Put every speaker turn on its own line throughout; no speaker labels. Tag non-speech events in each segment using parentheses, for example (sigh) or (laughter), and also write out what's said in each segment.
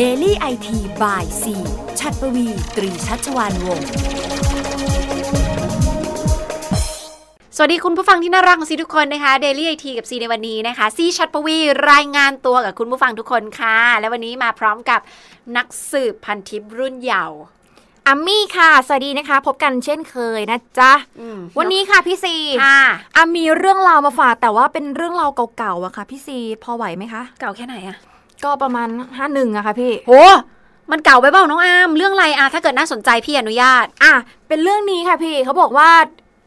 Daily IT by C ชัดปวีตรีชัชวานวงศ์
สวัสดีคุณผู้ฟังที่น่ารักของซีทุกคนนะคะ Daily IT กับซีในวันนี้นะคะ ซีชัดปวีรายงานตัวกับคุณผู้ฟังทุกคนค่ะ และวันนี้มาพร้อมกับนักสืบพันทิพย์รุ่นเยาว์
อัมมี่ค่ะ สวัสดีนะคะ พบกันเช่นเคยนะจ๊ะ
อืม
วันนี้ค่ะพี่ซี
ค่ะ
อัมมีเรื่องราวมาฝากแต่ว่าเป็นเรื่องราวเก่าๆอะค่ะ พี่ซีพอไหวไหมคะ
เก่าแค่ไหนอะ
ก็ประมาณห้าหนึ่งอะค่ะพี่
โห มันเก่าไปเปล่าน้องอามเรื่องอะไรอะถ้าเกิดน่าสนใจพี่อนุญาต
อ่ะ เป็นเรื่องนี้ค่ะพี่เขาบอกว่า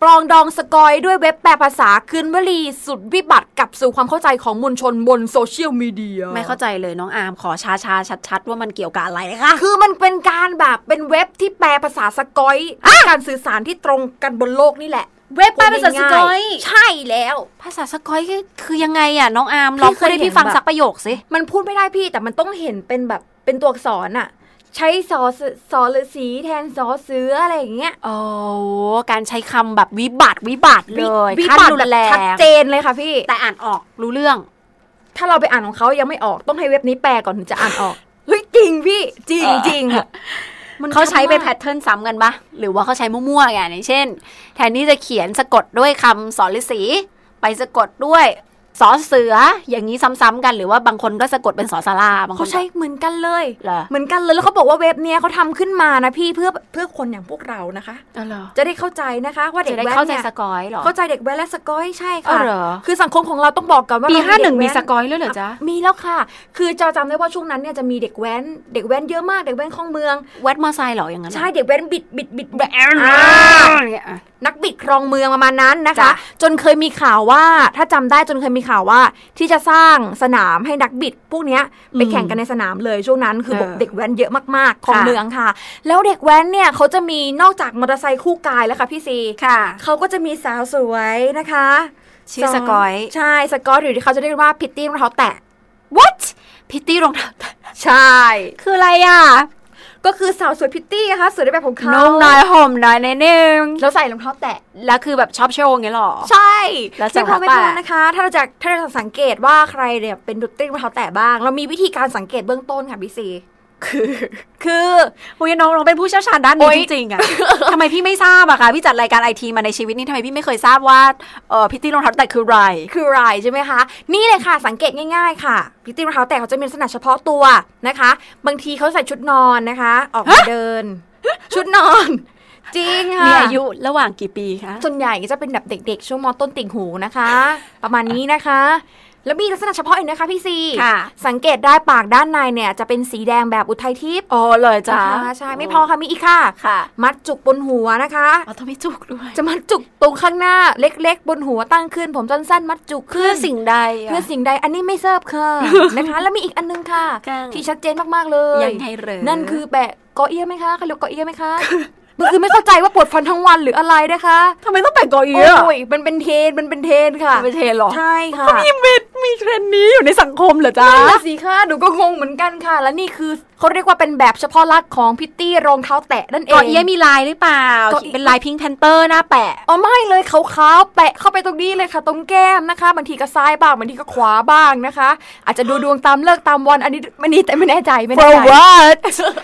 ปลองดองสกอยด้วยเว็บแปลภาษาคืนวลีสุดวิบัติกลับสู่ความเข้าใจของมวลชนบนโซเชียลมีเดีย
ไม่เข้าใจเลยน้องอามขอช้าชาชัดชัดๆ ว่ามันเกี่ยวกับอะไรนะคะ
คือมันเป็นการแบบเป็นเว็บที่แปลภาษาสกอยการสื่อสารที่ตรงกันบนโลกนี่แหละ
เว็บป้ายภาษาสกอย
ใช่แล้ว
ภาษาสกอยคือยังไงอะน้องอามลองพูดให้พี่ฟังสักประโยคสิ
มันพูดไม่ได้พี่แต่มันต้องเห็นเป็นแบบเป็นตัวอักษรอะใช้สอเสสอฤาษีแทนสอเสืออะไรอย่างเงี้ย
โอ้การใช้คำแบบวิบัติวิบัติเลย
วิวิ
ขั้น
บัติ
รุ
แบบ
นแรง
ชัดเจนเลยค่ะพี่
แต่อ่านออกรู้เรื่อง
ถ้าเราไปอ่านของเขายังไม่ออกต้องให้เว็บนี้แปลก่อนถึงจะอ่านอ
(laughs)
อก เฮ้ยจริงพี่จริง
เออ
จริงอะ (laughs) มัน
เขาใช้เป็น
ชัด
แพท
มาก
เทิร์นซ้ำกันปะหรือว่าเขาใช้มั่วๆอย่างเช่น แทนที่จะเขียนสะกดด้วยคำสอนฤาษีไปสะกดด้วยสอเสืออย่างนี้ซ้ำๆกัน หรือว่าบางคนก็สะกดเป็นสอสาราบางค
เขา
น
ใช้เหมือนกันเลย
เหรอ
เหมือนกันเลยแล้วเขาบอกว่าเว็บเนี้ยเขาทำขึ้นมานะพี่เพื่อเพื่อคนอย่างพวกเรานะคะ
เออเหรอ
จะได้เข้าใจนะคะ ว่าเด็
จะ
ก
ได้
แว้น
เข้าใจ
เนี่ย
สกอยเหรอ
เข้าใจเด็กแว้นและสกอยใช่
เออ
ค่ะ
เหรอ
คือสังคมของเราต้องบอกก่อนว่า
ปี
เร
ห้าห
เด็
นึ่ง
แว้
มีสกอยแล้วเหรอจ๊ะ
มีแล้วค่ะ คือจะจำได้ว่าช่วงนั้นเนี่ยจะมีเด็กแว้น เด็กแว้นเยอะมาก เด็กแว้นของเมือง
แวัดมอไซค์เหรออย่างนั้นเหรอ
ใช่ เด็กแว้นบิดบิดบิดแว้น
อ่า
อ่า
อย่างเงี้ยอ่ะ
นักบิดครองเมืองประมาณนั้นนะคะ
จ้ะ
จนเคยมีข่าวว่า ถ้าจำได้จนเคยมีข่าวว่า ที่จะสร้างสนามให้นักบิด พวกเนี้ยไปแข่งกันในสนามเลยช่วงนั้นคือบอกเด็กแว้นเยอะมากๆ ของเมืองค่ะ แล้วเด็กแว้นเนี่ยเขาจะมีนอกจากมอเตอร์ไซค์คู่กายแล้วค่ะพี่ซี
ค่ะ
เขาก็จะมีสาวสวยนะคะ
ชื่อสกอย
ใช่สกอยหรือที่เขาจะเรียกว่าพิตตี้รองเท้าแตะ
what พิตตี้รองเท้า
ใช่
คืออะไรอ่ะ
ก็คือสาวสวยพิตตี้นะคะสวยในแบบของเขา
นุ่งน้อยห่มน้อยในนึง
แล้วใส่รองเท้าแตะ
แล้วคือแบบชอบโชว์อย่างเงี้ยหรอ
ใช่
แล้วใส่
ซึ่งพอไม่
รองเท้า
พอ
แตะ
นะคะ ถ้าเราจะถ้าเราจะสังเกตว่าใครเนี่ยเป็นพิตตี้รองเท้าแตะบ้าง เรามีวิธีการสังเกตเบื้องต้นค่ะพี่ซี
คือ คือโอ้ยน้องน้องเป็นผู้เชี่ยวชาญด้าน
โอ๊
นี้
ย
จริงๆอ่ะ ทำไมพี่ไม่ทราบอะคะพี่จัดรายการไอทีมาในชีวิตนี้ทำไมพี่ไม่เคยทราบว่าเออพิตตี้รองเท้าแตะคืออะไร
คืออะไรใช่ไหมคะ นี่เลยค่ะสังเกตง่าย ๆ ค่ะพิตตี้รองเท้าแตะเขาจะมีลักษณะเฉพาะตัวนะคะ บางทีเขาใส่ชุดนอนนะคะ ออกมาเดิน ชุดนอน จริงค่ะ
มีอายุระหว่างกี่ปีคะ
ส่วนใหญ่ก็จะเป็นแบบเด็ก ๆ ช่วงมต้นติ่งหูนะคะ ประมาณนี้นะคะ แล้วมีลักษณะเฉพาะอีกนะคะพี่ซี สังเกตได้ปากด้านในเนี่ยจะเป็นสีแดงแบบอุทัยทิพย์
อ๋อเลยจ้า
นะคะใช่ไม่พอค่ะมีอีกค่ะ
ค่ะ
มัดจุกบนหัวนะคะ
อ๋อต้องไม่จุกด้วย
จะมัดจุกตรงข้างหน้าเล็ก ๆ บนหัวตั้งขึ้น ผมสั้นๆมัดจุก
เพื่
ขึ้
อน สิ่งใดอะ
เพื่อสิ่งใดอันนี้ไม่เซิร์ฟค่ะ นะคะ แล้วมีอีกอันนึงค่ะ
ค่ะ
ที่ชัดเจนมากๆเลย
ยังไงเหรอ
นั่นคือแบะกอเอี้ยไหมคะเขาเรียกกอเอี้ยไหมคะ (laughs) มันคือไม่เข้าใจว่าปวดฟันทั้งวันหรืออะไรนะคะ
ทำไมต้องแต่งกอเอีย
โอ้ยมันเป็นเทรนมันเป็นเทรนค่ะ
ไม่เทนหรอ
ใช่ค่ะ
เขามีเม็ดมีเทรนด์นี้อยู่ในสังคมเหรอจ้า
นั่นน่ะสิค่ะหนูก็งงเหมือนกันค่ะ และนี่คือเขาเรียกว่าเป็นแบบเฉพาะลักษณ์ของพิตตี้รองเท้าแตะนั่นเอง
เกาะเอี้ยมีลายหรือเปล่า
เกาะเอี้ย
เป็นลายพิงแพนเตอร์หน้าแปะ
อ๋อไม่เลยขาวๆแปะเข้าไปตรงนี้เลยค่ะ ตรงแก้มนะคะบางทีก็ซ้ายบ้างบางทีก็ขวาบ้างนะคะ อาจจะดูดวงตามเลิกษ์ตามวันอันนี้อันนี้แต่ไม่แน่ใจไม่แน่
for
ใจ
what (laughs)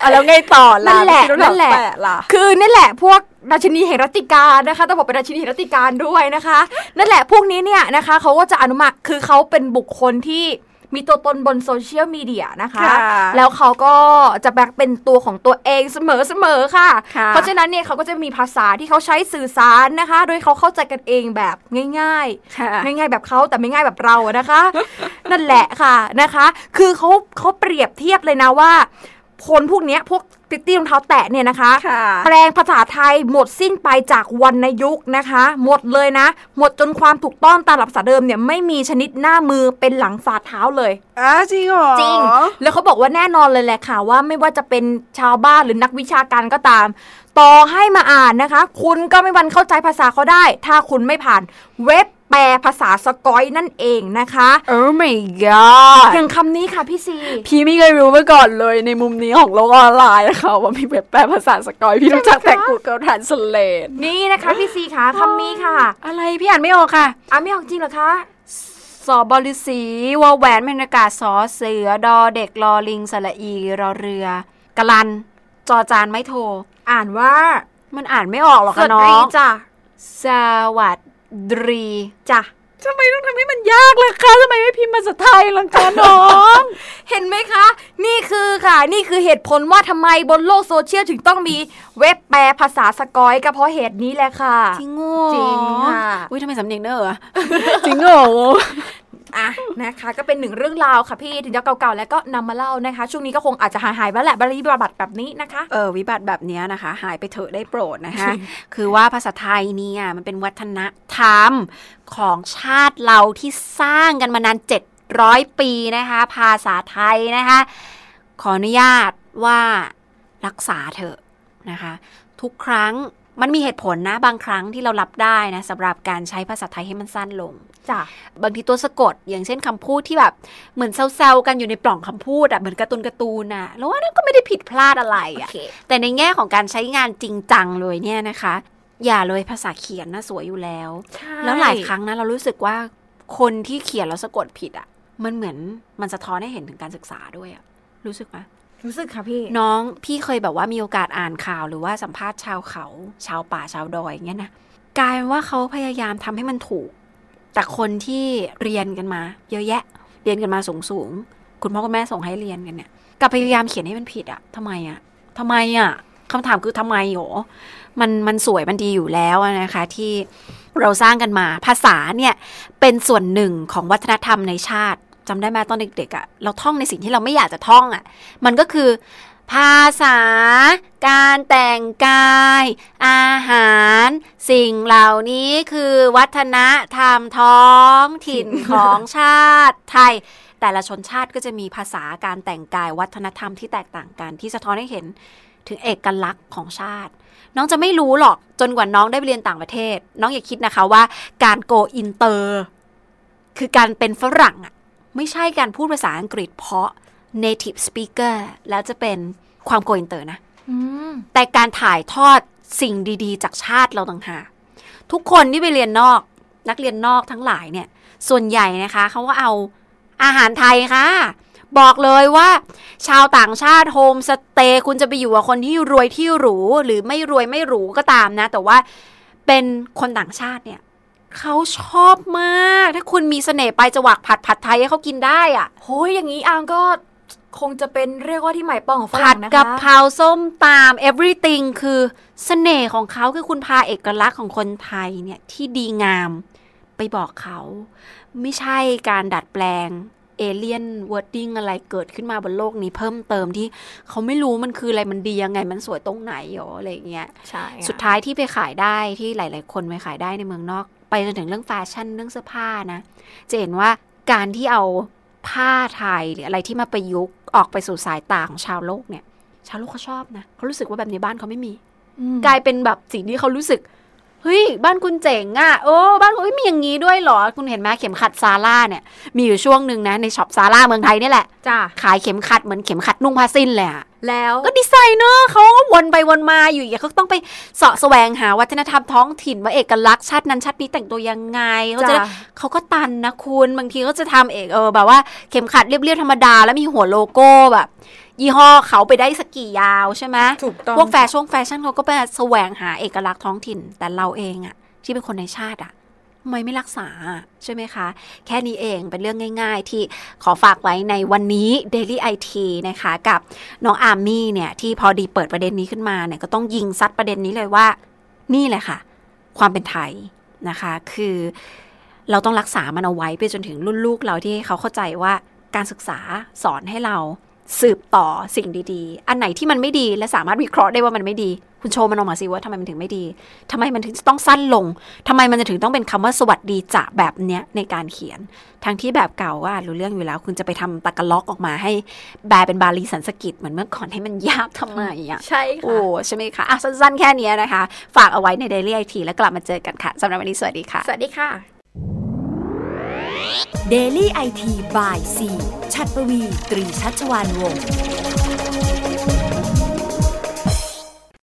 อ่ะแล้วไงต่อล่ะ
นั่นแหละ
ไม่คิดว่า
นั่นแหละ
ปล่ะ
คือนี่แหละพวกราชินีแห่งรัตติการนะคะต้องบอกเป็นราชินีแห่งรัตติการด้วยนะคะ นั่นแหละพวกนี้เนี่ยนะคะเขาก็จะอนุมัติคือเขาเป็นบุคคลที่มีตัวตนบนโซเชียลมีเดียนะคะ
ค่ะ
แล้วเขาก็จะแบกเป็นตัวของตัวเองเสมอเสมอค่ะ
ค่ะ
เพราะฉะนั้นเนี่ยเขาก็จะมีภาษาที่เขาใช้สื่อสารนะคะ โดยเขาเข้าใจกันเองแบบง่าย ๆ
ค่ะ
ง่ายๆแบบเขาแต่ไม่ง่ายแบบเราอะนะคะ นั่นแหละค่ะนะคะ คือเขาเขาเปรียบเทียบเลยนะว่า คนพวกเนี้ยพวกติตตี้รองเท้าแตะเนี่ยนะคะ
ค่ะ
แปลงภาษาไทยหมดสิ้นไปจากวรรณยุกต์นะคะ หมดเลยนะ หมดจนความถูกต้องตามหลักภาษาเดิมเนี่ยไม่มีชนิดหน้ามือเป็นหลังฝ่าเท้าเลย
อ่ะจริงเหรอ
จริง แล้วเขาบอกว่าแน่นอนเลยแหละค่ะว่าไม่ว่าจะเป็นชาวบ้านหรือนักวิชาการก็ตาม ต่อให้มาอ่านนะคะ คุณก็ไม่วันเข้าใจภาษาเขาได้ ถ้าคุณไม่ผ่านเว็บแปลภาษาสกอยนั่นเองนะคะ
oh my god
อย่างคำนี้ค่ะพี่ซี
พี่ไม่เคยรู้มาก่อนเลยในมุมนี้ของโลกออนไลน์นะคะว่ามีเว็บแปลภาษาสกอย พี่รู้จักแต่
ใช่ไหมคะ
Google Translate
นี่นะคะพี่ซีค่ะคำนี้ค่ะ
อะไรพี่อ่านไม่ออกค่ะ
อ่ะไม่ออกจริงเหรอคะ
ส สอบริสีวอแหวนเมนากาศสอเสือ ดอเด็กรอลิงสระอีรอเรือกะลัน จอจานไม่โท
อ่านว่า
มันอ่านไม่ออกหรอก
สวั
ค่ะ
ส
น้อ
ดี
ง
จ้ะ
สวัสดี
จ้ะ
ทำไมต้องทำให้มันยากล่ะคะทำไมไม่พิมพ์ภาษาไทยล่ะคะน้อง
(laughs) เห็นไหมคะ นี่คือค่ะ นี่คือเหตุผลว่าทำไมบนโลกโซเชียลถึงต้องมีเว็บแปลภาษาสกอยก็เพราะเหตุนี้แหละค่ะ
จริงโง่
จริงค่ะ
อุ้ยทำไมสำเนียงเน (laughs) อะ จริงโง่
อ่ะนะคะก็เป็นหนึ่งเรื่องราวค่ะพี่ถึงจะเก่าๆแล้วก็นำมาเล่านะคะ ช่วงนี้ก็คงอาจจะหายหายๆไปแหละบริบาบัดแบบนี้นะคะ
เออวิบัติแบบเนี้ยนะคะ หายไปเถอะได้โปรดนะคะ คือว่าภาษาไทยเนี่ยมันเป็นวัฒนธรรมของชาติเราที่สร้างกันมานาน 700 ปีนะคะ ภาษาไทยนะคะ ขออนุญาตว่ารักษาเถอะนะคะ ทุกครั้งมันมีเหตุผลนะบางครั้งที่เรารับได้นะสำหรับการใช้ภาษาไทยให้มันสั้นลง
จ้ะ
บางทีตัวสะกดอย่างเช่นคำพูดที่แบบเหมือนเซลล์กันอยู่ในปล่องคำพูดอะเหมือนการ์ตูนการ์ตูนอะแล้วว่านั่นก็ไม่ได้ผิดพลาดอะไรอะแต่ในแง่ของการใช้งานจริงจังเลยเนี่ยนะคะ อย่าเลยภาษาเขียนนะสวยอยู่แล้ว แล้วหลายครั้งนะเรารู้สึกว่าคนที่เขียนแล้วสะกดผิดอะมันเหมือนมันสะท้อนให้เห็นถึงการศึกษาด้วยอะรู้สึกไหม
รู้สึกค่ะพี่
น้องพี่เคยแบบว่ามีโอกาสอ่านข่าวหรือว่าสัมภาษณ์ชาวเขา ชาวป่าชาวดอยอย่างเงี้ยนะกลายเป็นว่าเขาพยายามทำให้มันถูก แต่คนที่เรียนกันมา เยอะแยะ เรียนกันมาสูงสูงๆคุณพ่อคุณแม่ส่งให้เรียนกันเนี่ยกลับพยายามเขียนให้มันผิดอะทำไมอะทำไมอะคำถามคือทำไมโหรอมันมันสวยมันดีอยู่แล้วอะนะคะที่เราสร้างกันมาภาษาเนี่ยเป็นส่วนหนึ่งของวัฒนธรรมในชาติจำได้ไหมตอนเด็กๆอะเราท่องในสิ่งที่เราไม่อยากจะท่องอะ มันก็คือ ภาษา การแต่งกาย อาหาร สิ่งเหล่านี้คือวัฒนธรรมท้องถิ่น ของชาติไทย แต่ละชนชาติก็จะมีภาษาการแต่งกายวัฒนธรรมที่แตกต่างกัน ที่สะท้อนให้เห็นถึงเอกลักษณ์ของชาติ น้องจะไม่รู้หรอกจนกว่าน้องได้ไปเรียนต่างประเทศ น้องอย่าคิดนะคะว่าการโกอินเตอร์คือการเป็นฝรั่งอะ ไม่ใช่การพูดภาษาอังกฤษเพราะ native speaker แล้วจะเป็นความโกอินเตอร์นะ
อืม
แต่การถ่ายทอดสิ่งดีๆ จากชาติเราต่างหากทุกคนที่ไปเรียนนอก นักเรียนนอกทั้งหลายเนี่ย ส่วนใหญ่นะคะเขาก็เอาอาหารไทยค่ะ บอกเลยว่า ชาวต่างชาติโฮมสเตย์คุณจะไปอยู่กับคนที่รวยที่หรู หรือไม่รวยไม่หรูก็ตามนะ แต่ว่าเป็นคนต่างชาติเนี่ยเขาชอบมาก ถ้าคุณมีเสน่ห์ไปจะหวักผัดผัดไทยให้เขากินได้อะ
โหยอย่างนี้อามก็คงจะเป็นเรียกว่าที่หมายปองของฝ
ผั
รั่
ด
งนะคะ
กะเพราส้มตาม everything คือเสน่ห์ของเขาคือคุณพาเอกลักษณ์ของคนไทยเนี่ย ที่ดีงามไปบอกเขา ไม่ใช่การดัดแปลง เอเลียนวอร์ดิ้งอะไรเกิดขึ้นมาบนโลกนี้เพิ่มเติมที่เขาไม่รู้มันคืออะไรมันดียังไงมันสวยตรงไหนหรออะไรอย่างเงี้ย
ใช่
สุดท้ายที่ไปขายได้ที่หลาย ๆ คนไปขายได้ในเมืองนอก ไปจนถึงเรื่องแฟชั่นเรื่องเสื้อผ้านะ จะเห็นว่าการที่เอาผ้าไทยหรืออะไรที่มาประยุกต์ออกไปสู่สายตาของชาวโลกเนี่ย ชาวโลกเขาชอบนะเขารู้สึกว่าแบบในบ้านเขาไม่มี ก
กา
ลาย ยเป็นแบบสิ่งที่เขารู้สึกเฮ้ยบ้านคุณเจ๋งอะ่ะโอ้บ้านคุณเอ้ยมีอย่างนี้ด้วยเหรอ คุณเห็นไหมเข็มขัดซาร่าเนี่ยมีอยู่ช่วงหนึ่งนะในช็อปซาร่าเมืองไทยเนี่ยแหละ
จ้ะ
ขายเข็มขัดเหมือนเข็มขัดนุ่งผ้าสิ้นเลยอะ
แล้ว
ก็ดีไซเนอร์เขาก็วนไปวนมาอยู่อย่างเงยเขาต้องไปเสาะแสวงหาวัฒนธรรมท้องถิ่นว่าเอกลักษณ์ชาตินั้นชาตินี้แต่งตัวยังไงเขาจะ
จ้ะ
ได้เขาก็ตันนะคุณบางทีก็จะทำเอกเออแบบว่าเข็มขัดเรียบๆธรรมดา แล้วมีหัวโลโก้แบบ ยี่ห้อเขาไปได้สกกี่ยาวใช่ไหม
ถูกต้อง
พวกแฟชั่นแฟชั่นเขาก็ไปแสวงหาเอกลักษณ์ท้องถิ่น แต่เราเองอะที่เป็นคนในชาติอะทำไมไม่รักษาใช่ไหมคะ แค่นี้เองเป็นเรื่องง่าย ๆ ที่ขอฝากไว้ในวันนี้ Daily IT นะคะกับ น้องอาร์มี่เนี่ยที่พอดีเปิดประเด็นนี้ขึ้นมาเนี่ยก็ต้องยิงซัดประเด็นนี้เลยว่า นี่แหละค่ะ ความเป็นไทยนะคะ คือเราต้องรักษามันเอาไว้ไปจนถึงรุ่นลูกเราที่เขาเข้าใจว่าการศึกษาสอนให้เราสืบต่อสิ่งดีๆ อันไหนที่มันไม่ดีและสามารถวิเคราะห์ได้ว่ามันไม่ดี คุณโชว์มันออกมาสิว่าทำไมมันถึงไม่ดีทำไมมันถึงต้องสั้นลงทำไมมันจะถึงต้องเป็นคำว่าสวัสดีจะแบบเนี้ยในการเขียน ทั้งที่แบบเก่าว่ารู้เรื่องอยู่แล้ว คุณจะไปทำตะกะล็อกออกมาให้แบลเป็นบาลีสันสกฤตเหมือนเมื่อก่อนให้มันยากทำไมอ่ะ
ใช่
โอ้
ค่ะ
ใช่ไหมคะอ่ะสั้นๆ แค่เนี้ยนะคะ ฝากเอาไว้ใน Daily IT แล้วกลับมาเจอกันค่ะสำหรับวันนี้ สวัสดีค่ะ
สวัสดีค่ะ
Daily IT บ่าย 4 ชัดประวี ตรีชัชวานวงศ์